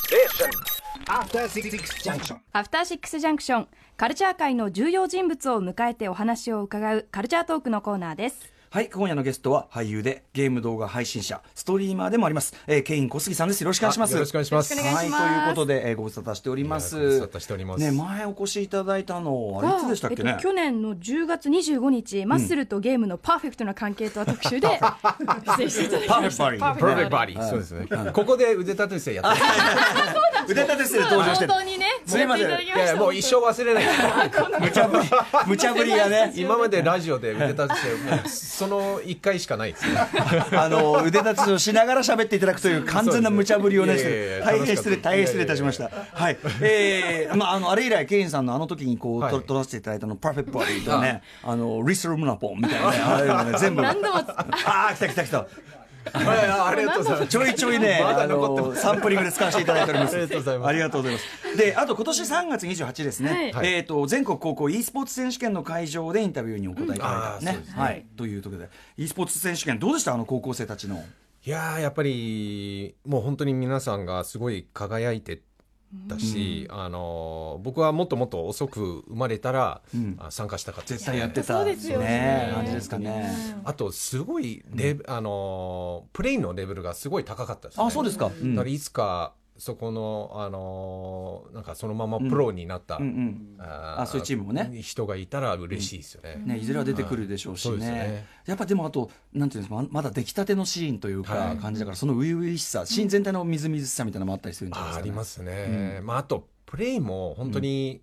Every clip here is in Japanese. junction. After six junction. アフターシックスジャンクションカルチャー界の重要人物を迎えてお話を伺うカルチャートークのコーナーですはい、今夜のゲストは俳優でゲーム動画配信者、ストリーマーでもあります、えー、ケイン小杉さんです。よろしくお願いします。よろしくお願いしますよろしくお願いしますはい、ということで、えー、ご無沙汰しております。いやご無沙汰しておりますね、前お越しいただいたの、あれいつでしたっけね。えっと、去年の10月25日、マッスルとゲームのパーフェクトな関係とは特集 で出演していただきましたパーフェクトバディパーフェクトバディ。そうですね。ここで腕立て伏せやってる。腕立て伏せで登場して本る。当にねすいませんやっていいただきましたやもう一生忘れない。無茶ぶり、無茶ぶりがね。今までラジオで腕立て伏せ、その一回しかないですね。あの腕立てをしながら喋っていただくという完全な無茶ぶりをねそうで大すねいやいやい変や失礼大変失礼いたしましたはいえーまああのあれ以来ケインさんのあの時にこうはいと撮らせていただいたのパーフェクトボディとかねあのリスルムナポンみたいなねああいうのね全部何度もああ来た来た来たはいありがとうございます。ちょいちょいね、まあだ残ってのますサンプリングで使わせていただいております。ありがとうございますありがとうございますで、あと今年3月28日ですね、はいえっ、と、全国高校 e スポーツ選手権の会場でインタビューにお答えいただいたんですね。うんあーそうですはい。ということで、e スポーツ選手権、どうでしたあの高校生たちの。いやーやっぱりもう本当に皆さんがすごい輝いてたし、あのー僕はもっともっと遅く生まれたら、あ参加したかったです絶対やってたそうですよね感じですかね。あとすごいレベ、あのープレイのレベルがすごい高かったですね。あ、そうですか。うんだからいつかそこの、あのーなんかそのままプロになった、うんうんあーあそういうチームもね人がいたら嬉しいですよね。ね、いずれは出てくるでしょうしそうね,、ですねやっぱでもあとなんていうんですかままだ出来たてのシーンというはかい感じだから、その初々しさ芯全体のみずみずしさみたいなのもあったりするんじゃないであすーか、あね、りますね。まああとプレイも本当に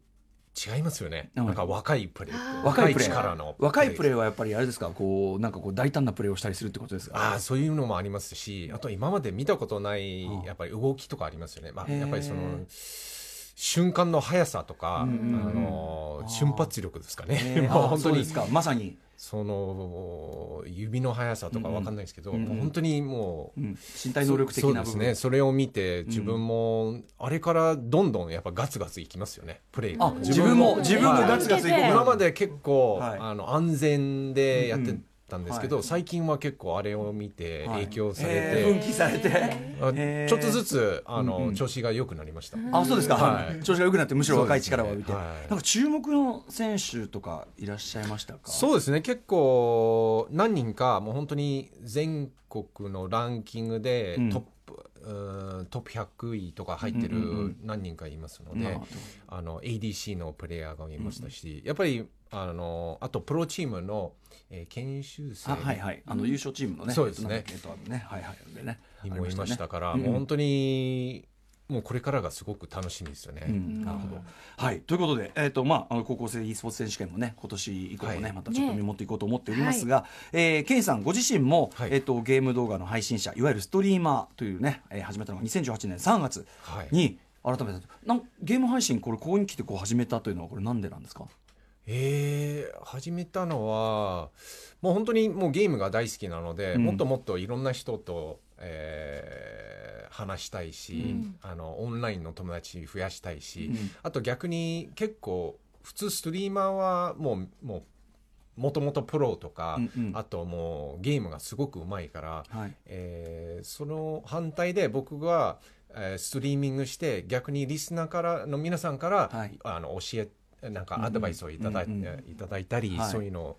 違いますよね。うんなんか若いプレイと若いプレー力の若いプレイ。ーはやっぱりあれですかこうなんかこう大胆なプレーをしたりするってことですかああそういうのもありますし、あと今まで見たことないやっぱり動きとかありますよね。まあへーやっぱりその。瞬間の速さとか、あのー瞬発力ですかえね。ー もうあー本当そうにですかまさに、その指の速さとかわかんないですけど、もう本当にもう、うん身体能力的な部そう分ですねそれを見て自分もあれからどんどんやっぱガツガツいきますよねプレイがあ自分も自分もはいガツガツいこうかな今まで結構、はいあの安全でやってたんですけど、うん最近は結構あれを見てはい影響されて、えー奮起されてあへーちょっとずつあの、調子が良くなりました、あそうですか、はい調子が良くなってむしろ若い力を浴びて、そうですねはいなんか注目の選手とかいらっしゃいましたかそうですね結構何人かもう本当に全国のランキングでうんトップ、うーんトップ100位とか入ってうんうんうる何人かいますので、なるほあの ADC のプレイヤーがいましたし、やっぱりあのあとプロチームの、えー研修生あはいはいあの優勝チームのねそうですねなんだっけえっとあのねはいはいでねにもいましたかあらりもうまね本当にもうこれからがすごく楽しみですよね。うんなるほど。はい、ということで、えーとまあ、あの高校生 e スポーツ選手権もね今年以降もね、はいまたちょっと見守っていこうと思っておりますが、えーケインさんご自身も、はいえー、とゲーム動画の配信者いわゆるストリーマーというね、えー始めたのが2018年3月はいに、改めてなんゲーム配信これここに来てこう始めたというのはこれなんでなんですかえー始めたのはもう本当にもうゲームが大好きなので、うんもっともっといろんな人と、えー話したいし、あのオンラインの友達増やしたいし、うんあと逆に結構普通ストリーマーはもうもうもともとプロとか、うんうんあともうゲームがすごくうまいから、はいえーその反対で僕が、えーストリーミングして逆にリスナーからの皆さんから、はいあの教えなんかアドバイスをいただい,、うんうんいただいたり、はいそういうの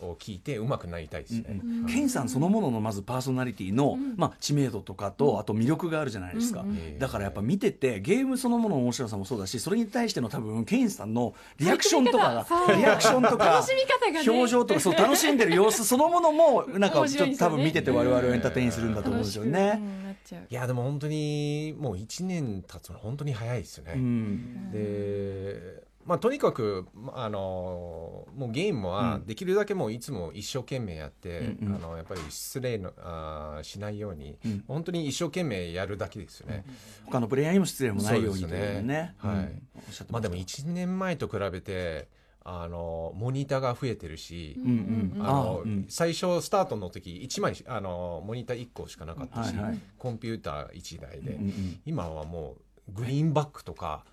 を聞いてうまくなりたいですね。うんケンさんそのもののまずパーソナリティの、まあ、知名度とかとあと魅力があるじゃないですか、んだからやっぱ見ててゲームそのものの面白さもそうだしそれに対しての多分ケンさんのリアクションとか楽しみ方そうリアクションとか楽しみ方がね表情とかそう楽しんでる様子そのものもなんか面ち白ょいっでとすよ多ね分見てて我々をエンターテインするんだと思うんですよね。うんなっちゃういやでも本当にもう1年経つの本当に早いですよね。うんでまあ、とにかく、まああのもうゲームはできるだけもういつも一生懸命やって、うんうんあのやっぱり失礼のあーしないように、ん本当に一生懸命やるだけですよね。他のプレイヤーにも失礼もないようにそとういでうすねことね。はいうんおっしゃってましあたでも1年前と比べてあのモニターが増えてるし、うんうんあのあうん最初スタートの時1枚あのモニター1個しかなかったし、はいはいコンピューター1台で、うんうん今はもうグリーンバックとか、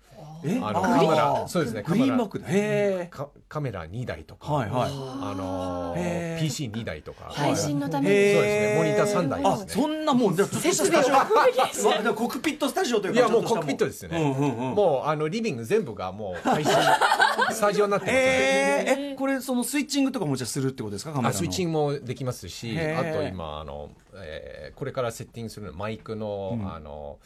えああのーカメラそうですねグリーンバックカでメラへかカメラ2台とか、はいはいあのへー PC2 台とか、配信のためへにーそうですねモニター三台ですねあそんなもうじゃあちょっとしたスタジオわだからコクピットスタジオといういかやちょもっうとコしたックピットですね、うんうんうんもうあのリビング全部がもう 配信スタジオになってますね、へーえこれそのスイッチングとかもじゃあするってことですかカメラあのスイッチングもできますしへあーと今あの、えーこれからセッティングするのマイクの,、あの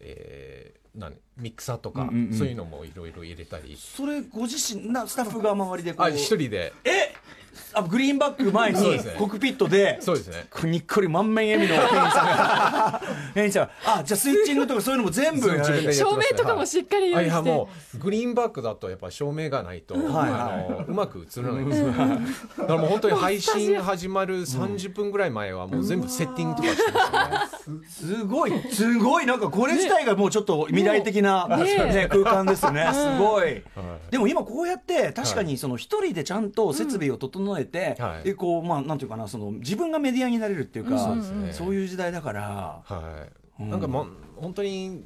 えーなんミキサーとか、うんうんうんそういうのもいろいろ入れたりそれご自身なスタッフが周りでこうあ一人でえあグリーンバック前そうにですねコクピットでそうですねこうにっこり満面笑みの店員さんが 店員さんがあじゃあスイッチングとかそういうのも全部自分でやってますね照明とかもしっかり用は意いあいやしてもうグリーンバックだとやっぱ照明がないと、はいあのうまく映らないんですよ、だからもう本当に配信始まる30分ぐらい前はもう全部セッティングとかしてましたねすごいすごいなんかこれ自体がもうちょっと未来的な、もうねね、空間ですよねすごい、でも今こうやって確かにその一人でちゃんと設備を整えて、うんはいでこうまあなんていうかなその自分がメディアになれるっていうか、そうですねそういう時代だから。はい、なんかもう本当に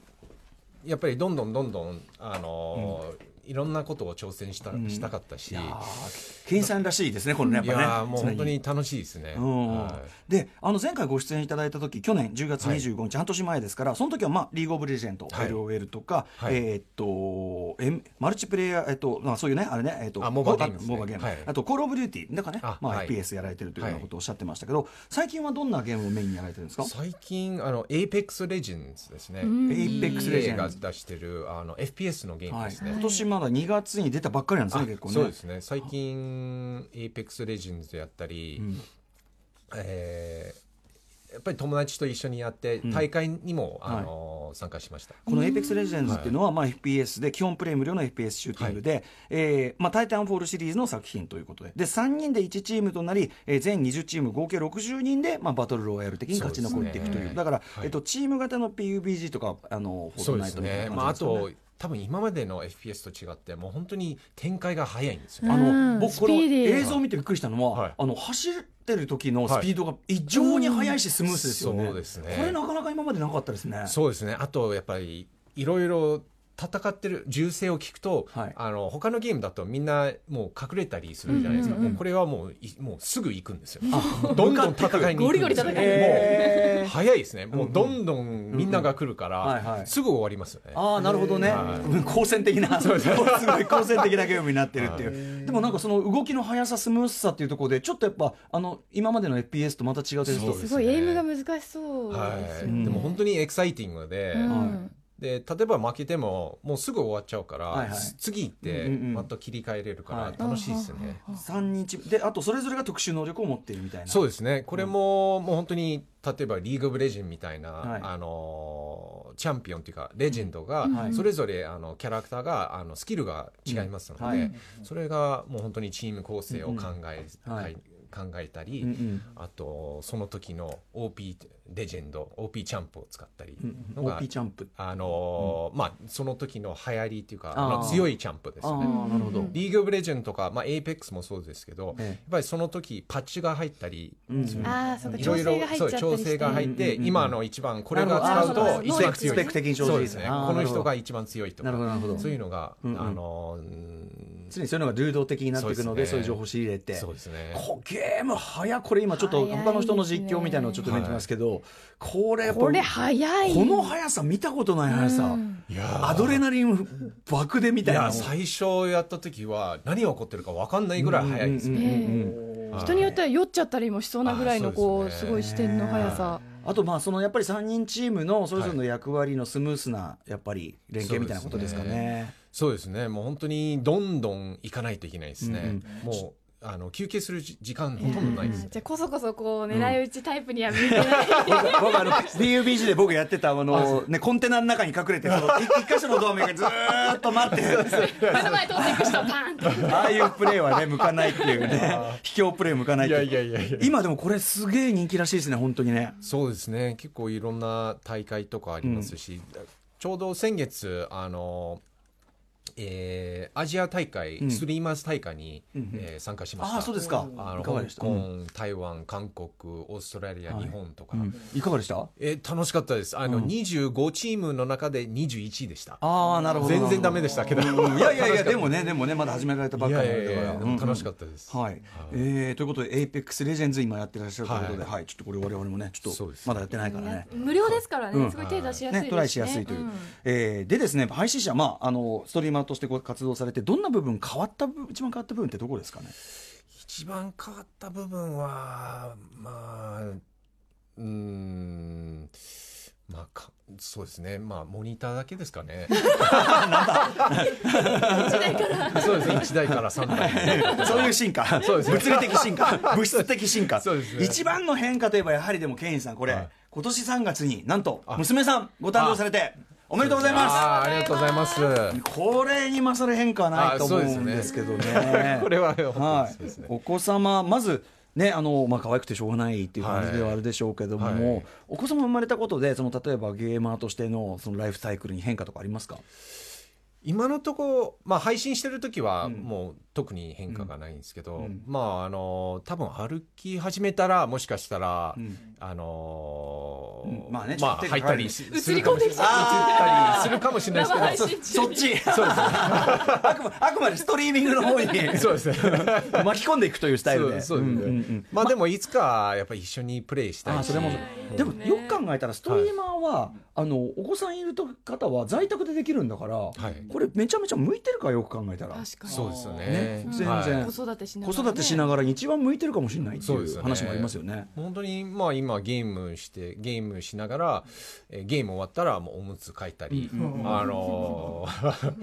やっぱりどんどんどんどんあのーいろんなことを挑戦した,、したかったしいやあーケンさんらしいですね、このね、やっぱね。ーもう本当に楽しいですね、うんはいであの前回ご出演いただいた時去年10月25日、半年前ですからその時は、まあ、リーグ・オブ・レジェンド、はい LOL とか、はいえーっとエンマルチプレイヤー、えっとまあ、そういうねあれね、えっとあモバゲームですねモバゲームはいあとコール・オブ・デューティーなんかねあまあはい FPS やられてるというようなことをおっしゃってましたけど、最近はどんなゲームをメインにやられてるんですか最近あの APEX Legends ですね Apex Legends が出してるあの FPS のゲームはでいすね、今年まだ2月に出たばっかりなんですね、結構ね。そうですね最近 APEX レジェンズやったり、えーやっぱり友達と一緒にやって大会にも、あの参加しましたこの Apex Legends っていうのは、まあ、FPS で基本プレイ無料の FPS シューティングで、えーまあ、タイタンフォールシリーズの作品ということでで3人で1チームとなり、えー全20チーム合計60人で、まあ、バトルロイヤル的に勝ち残っていくといそううですねだから、はいえっと、チーム型の PUBG とかあのフォーそトうナでイすトみたいねなまあ、感あじなんですかねと多分今までの FPS と違ってもう本当に展開が早いんですよね、あうのん僕このスピーディー映像を見てびっくりしたのは、はいあの走ってる時のスピードが異常に速いしスムーズですよね,、そうですねこれなかなか今までなかったですねそうですねあとやっぱりいろいろ戦ってる銃声を聞くと、はいあの他のゲームだとみんなもう隠れたりするじゃないですか、もうこれはもういもうすぐ行くんですよどんどん戦いに行くんですよゴリゴリ戦いに行くもう早いですねもうどんどんみんなが来るかはいはらいすぐ終わりますよね、ああなるほどねは好戦的 なすごい 好戦的なゲームになってるっていうでもなんかその動きの速さスムースさっていうところでちょっとやっぱあの今までの FPS とまた違う点そうとですすごいエイムが難しそうですはよい、ねでも本当にエキサイティングで,、うんで例えば負けてももうすぐ終わっちゃうから、はいはいす次行っうてんうんうんまた切り替えれるかはらい楽しいですね、 3人チームであとそれぞれが特殊能力を持っているみたいなそうですねこれも、もう本当に例えばリーグ・オブ・レジェンドみたいな、はいあのチャンピオンというかレジェンドが、はいそれぞれあのキャラクターがあのスキルが違いますので、うんはいそれがもう本当にチーム構成を考え,うんはい考えたり、うんうんあとその時の OP レジェンド OP チャンプを使ったりうんのが、 OP チャンプあのーまあ、その時の流行りっていうかあーあの強いチャンプですあよあね。なるほどリーグ・オブ・レジェンドとか、まあ、エイペックスもそうですけど、ええやっぱりその時パッチが入ったりする、ああそうかい調ろい整が入ろっちそゃったりしうて調整が入って、うんうんうん今の一番これがなる使ほうどあとー一そう番か強いスペック的に調整そうですねあーこなのるほど人が一番強いとかなるほどなるほどそういうのが、んあのーうん常にそういうのが流動的になっていくのでそそういうですねう情報を仕入れてそうですねこゲーム早っこれ今ちょっと早い他の人の実況みたいなのをちょっと見てますけどこれやっぱこれ早いこの速さ見たことない速さいやーアドレナリン爆でみたいいなや最初やった時は何が起こってるか分かんないぐらい早いですね、はい人によっては酔っちゃったりもしそうなぐらいのこあうーすそうごいです視点の速さあとまあそのやっぱり3人チームのそれぞれの役割のスムースなやっぱり連携みたいなことですかそうでね。そうですねもう本当にどんどん行かないといけないですね、うんもうあの休憩するじ時間ほとんどないですね、じゃあこそこそこう狙い撃ちタイプには見えてない僕僕あの BUBG で僕やってたあの ねコンテナの中に隠れてその一一箇所のドアメがずーっと待って目の前通っていく人をパーンってああいうプレーはね向かないっていうね卑怯プレー向かないっていういやいやいやいや今でもこれすげえ人気らしいですね本当にね。そうですね結構いろんな大会とかありますし、ちょうど先月あのえーアジア大会、んスリーマンス大会に、うんえー参加しました。ああそうですかあのいかが香でした、うん港、台湾、韓国、オーストラリア、はい日本とか、うんいかがでしたえー楽しかったです。あの、25チームの中で21位でした。ああなるほど全然ダメでしたけど。うんいやいやいやでもねでもねまだ始められたばっいかやりいだかやらいや、でも楽しかっったです。はい、えーということで APEX レジェンズ今やってらっしゃるということで、はいはいちょっとこれ我々もねちょっそとうですまだやってないからね無料ですからうねんすごい手出しやすいですね、ねトライしやすいという、えーでですね配信者、まあ、あのストリーマーとしてこう活動されてどんな部分変わった部一番変わった部分ってどこですか ね一番変わった部分は、まあ、うーん、まあか、そうですね、まあ、モニターだけですかね。そうですね、1台から3台。そういう進化そうですね物理的進 化物質的進化そうですね一番の変化といえばやはりでもケインさんこれ、はい今年3月になんと娘さんご誕生されておめでとうございまあーありがとうございますす。これに勝る変化はないと思うんですけどねあそうですねこれは本当はにそうですいね、お子様まずねあのまあ可愛くてしょうがないっていう感じではあるでしょうけども、はいはいお子様生まれたことでその例えばゲーマーとしてのそのライフサイクルに変化とかありますか今のとこまあ、配信してる時はもう特に変化がないんですけど、うんまああの多分歩き始めたらもしかしたら、んあのーうんまあねまあちょっと手が入ったりす映すりるか込んもしでれきないちゃするかもしれ生ないですけ配信中どそっちあくまあくまでストリーミングの方にそうですね。巻き込んでいくというスタイルでそうそうですんんねうん まあでもいつかやっぱり一緒にプレイしたあいーし。それもうんでもよく考えたらストリーマーは、あのお子さんいる方は在宅でできるんだから、いこれめちゃめちゃ向いてるからよく考えたら確かにそうですよねね。全然はい子育てしなが子らね育てしながらに一番向いてるかもしれないってそうでいすうね話もありますよね。本当にまあ今ゲームしてゲームしながら、えーゲーム終わったらもうおむつ替えたり、あ のー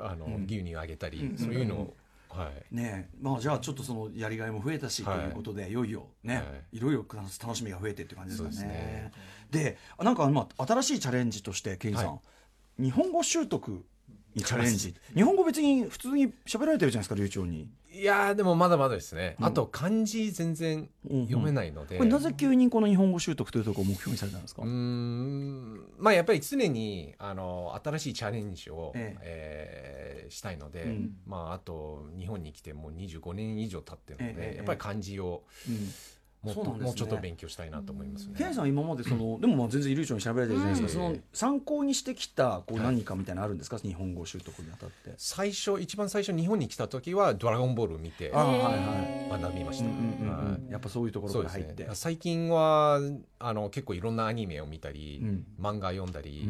あの牛乳あげたり、そういうのを、はい。ねえまあ、じゃあちょっとそのやりがいも増えたし、はいということでいよいよね、、はいろいろ楽しみが増えてっていう感じですかそうですねね。であなんかまあ新しいチャレンジとしてケインさん、は日本語習得にチャ レンジ日本語別に普通に喋られてるじゃないですか流暢に。いやーでもまだまだですね。あと漢字全然読めないので。これなぜ急にこの日本語習得というところを目標にされたんですか、うーんまあやっぱり常にあの新しいチャレンジを、ええーしたいので、うんまああと日本に来てもう25年以上経ってるのえで、えやっぱり漢字をうんもっそうと、なんですねもうちょっと勉強したいなと思いますね。ケンさんは今までそのでもまあ全然流暢に喋られてるじゃないですか、うんその参考にしてきたこうはい何かみたいなのあるんですか、日本語習得にあたって。最初一番最初日本に来た時はドラゴンボールを見てあ学はいはいびましうた。んうんうんうんはいやっぱそういうところそかうでら入すっねて。。最近はあの結構いろんなアニメを見たり、うん漫画読んだり。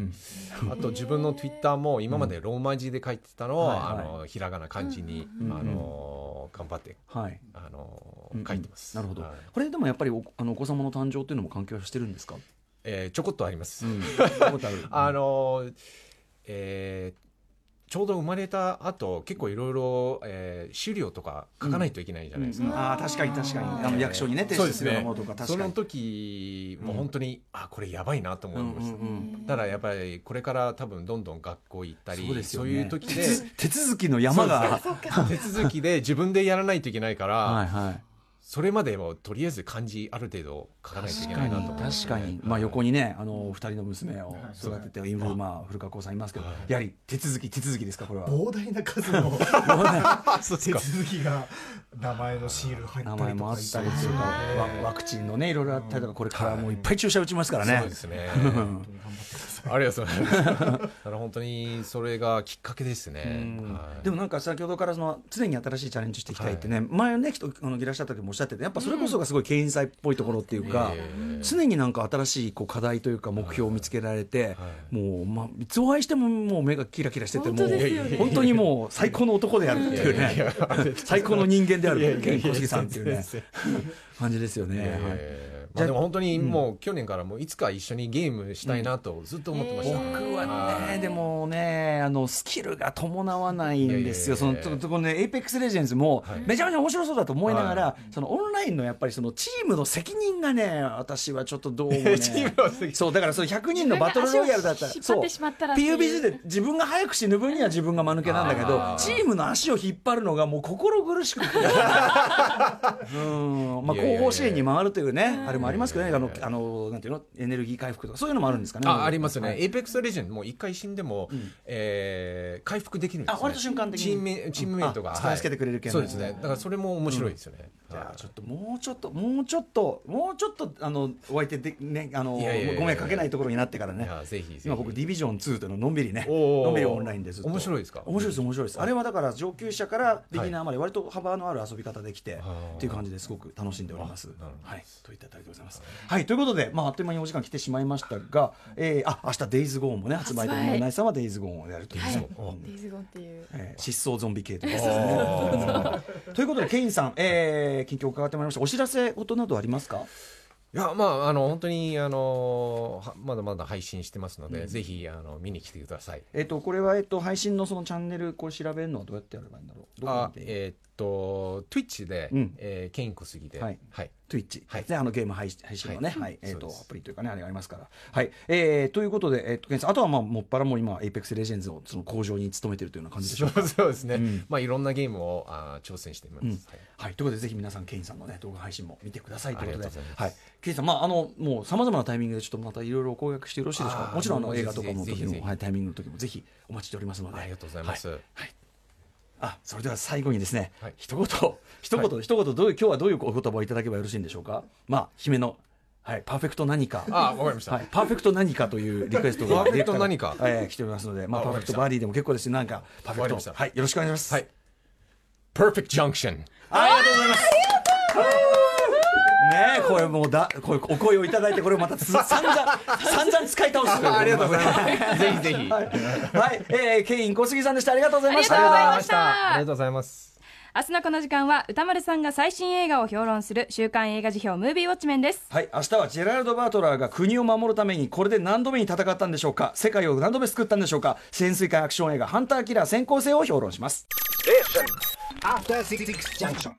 うんあと自分のツイッターも今までローマ字で書いてたのはを、いはいあのひらがな漢字に、うんあの頑張ってはい。あのうんうん書いてます。なるほどはい。これでもやっぱりおあのお子様の誕生っていうのも関係はしてるんですか。えーちょこっとあります。ああののえーちょうど生まれた後結構いろいろえー資料とか書かないといけないじゃないですか。あー確かに確かにあの役所にね提そう出ですするようなねものとか。確そかにの時もう本当に、あこれやばいなと思ういんうましんた。うんただやっぱりこれから多分どんどん学校行ったりそうですよねいう 時で手続きの山が手続きで自分でやらないといけないから、はいはい。それまでもとりあえず漢字ある程度書かないといけないなと思って確かに、まあ、横にねあの二人の娘を育てて今、まあ、古川光さんいますけど、やはり手続き手続きですかこれは。膨大な数のあそうです手か続きが名前のシール入った名りとか前もあったりとか、わワクチンのねいろいろあったりとかこれからもういっぱい注射打ちますからね。そうですねありがとうございますだから本当にそれがきっかけですね、はいでもなんか先ほどからその常に新しいチャレンジしていきたいってね、前ねきっとあのいらっしゃった時もおっしゃっててやっぱそれこそがすごい牽引祭っぽいところっていうか、常になんか新しいこう課題というか目標を見つけられて、もう、まあ、いつお会いしてももう目がキラキラしてて本も当うですよね本当にもう最高の男であるっていうね最高の人間である健康杉さんっていうね感じですよね。はいえーまあ、でも本当にもう去年からもういつか一緒にゲームしたいなとずっと思ってました、僕はね、でもね、あのスキルが伴わないんですよ、いそやのいやいやととこのね、エイペックス・レジェンズも、めちゃめちゃ面白そうだと思いながら、そのオンラインのやっぱりそのチームの責任がね、私はちょっとどうも、ね、そうだからその100人のバトルロイヤルだったら、自分が足を引っ張そうってしまったらっていう PUBG で自分が早く死ぬ分には自分が間抜けなんだけど、あー チームの足を引っ張るのがもう心苦しくて、うんまあ、いやい後方支援に回るというね、あれもありますけどね、あの、あの、なんていうの、エネルギー回復とか、そういうのもあるんですかね。あありますね、はいエイペックスレジェンドもう一回死んでも、えー回復できるんです、ね、あ割と瞬間的にチームメチームメイトが、あ使い捨ててくれる系のそうですねだからそれも面白いですよね、じゃはあいちょっともうちょっともうちょっともうちょっとあのお相手でねあのいやいやいやいやご迷惑かけないところになってからいねやぜひぜひ今僕ディビジョン2というののんびりねおーのんびりオンラインです面白いですか面白いです面白いですあれはだから上級者からビギナーまで割と幅のある遊び方できてーっていう感じですごく楽しんでおりますなるほどはいといったあたりでございますはいということでまああっという間にお時間来てしまいましたがえーあ明日デイズゴーンもね発売で発売ナイさんはデイズゴーンをやるというはいそうデイズゴンっていうえー失踪ゾンビ系とですね。 ということでケインさん、えー、近況伺ってまいりました。お知らせ事などありますか？いやまああの本当にあのはまだまだ配信してますので、ぜひあの見に来てくださいえっ、とこれはえっ、と配信のそのチャンネルこれ調べるのはどうやってやればいいんだろう。どこあ見てえーっと Twitch で、うんえーケインコスギでははいい、 Twitch、はいねあのゲーム配信配信のね、ははいいえー、そうとですアプリというかねあれがありますから、はいえー、ということで、えー、とケインさんあとはまあもっぱらもう今 Apex Legends のその工場に勤めてるというような感じでしそょううか。そうですね、まあいろんなゲームをあー挑戦しています、うんはいはい、ということでぜひ皆さんケインさんの、ね、動画配信も見てくださいということでありがとうございますはい、ケインさん、まあ、あのもうさまざまなタイミングでちょっとまたいろいろ公約してよろしいでしょうかあーもちろんあのもう映画とかの時ぜひぜひぜも、ひはい、タイミングの時もぜひお待ちしておりますのでありがとうございますはいはいあそれでは最後にですね、はい一言一言、一言どういう今日はどういうお言葉をいただけばよろしいんでしょうかまあ姫の、はい、パーフェクト何かあわかりましたはい、パーフェクト何かというリクエストがパーフェクト何かディレクターがえー来ておりますので、まあ、あパーわフェかりクましトたバーディーでも結構ですしなんかパーフェクわかりトましたはい、よろしくお願いします、はい Perfect Junction ありがとうございます。ねえ、これもうだ、これお声をいただいて、これ またつ散々、散々使い倒してあありがとうございす。ます。ぜひぜひ。はい、はい、えー、ケイン小杉さんでした。ありがとうございましありがとうございましたた。ありがとうございます。明日のこの時間は歌丸さんが最新映画を評論する週刊映画辞表ムービーウォッチメンですはい、明日はジェラルド・バートラーが国を守るためにこれで何度目に戦ったんでしょうか世界を何度目救ったんでしょうか潜水艦アクション映画「ハンター・キラー先行性」を評論します。 After Six Junction.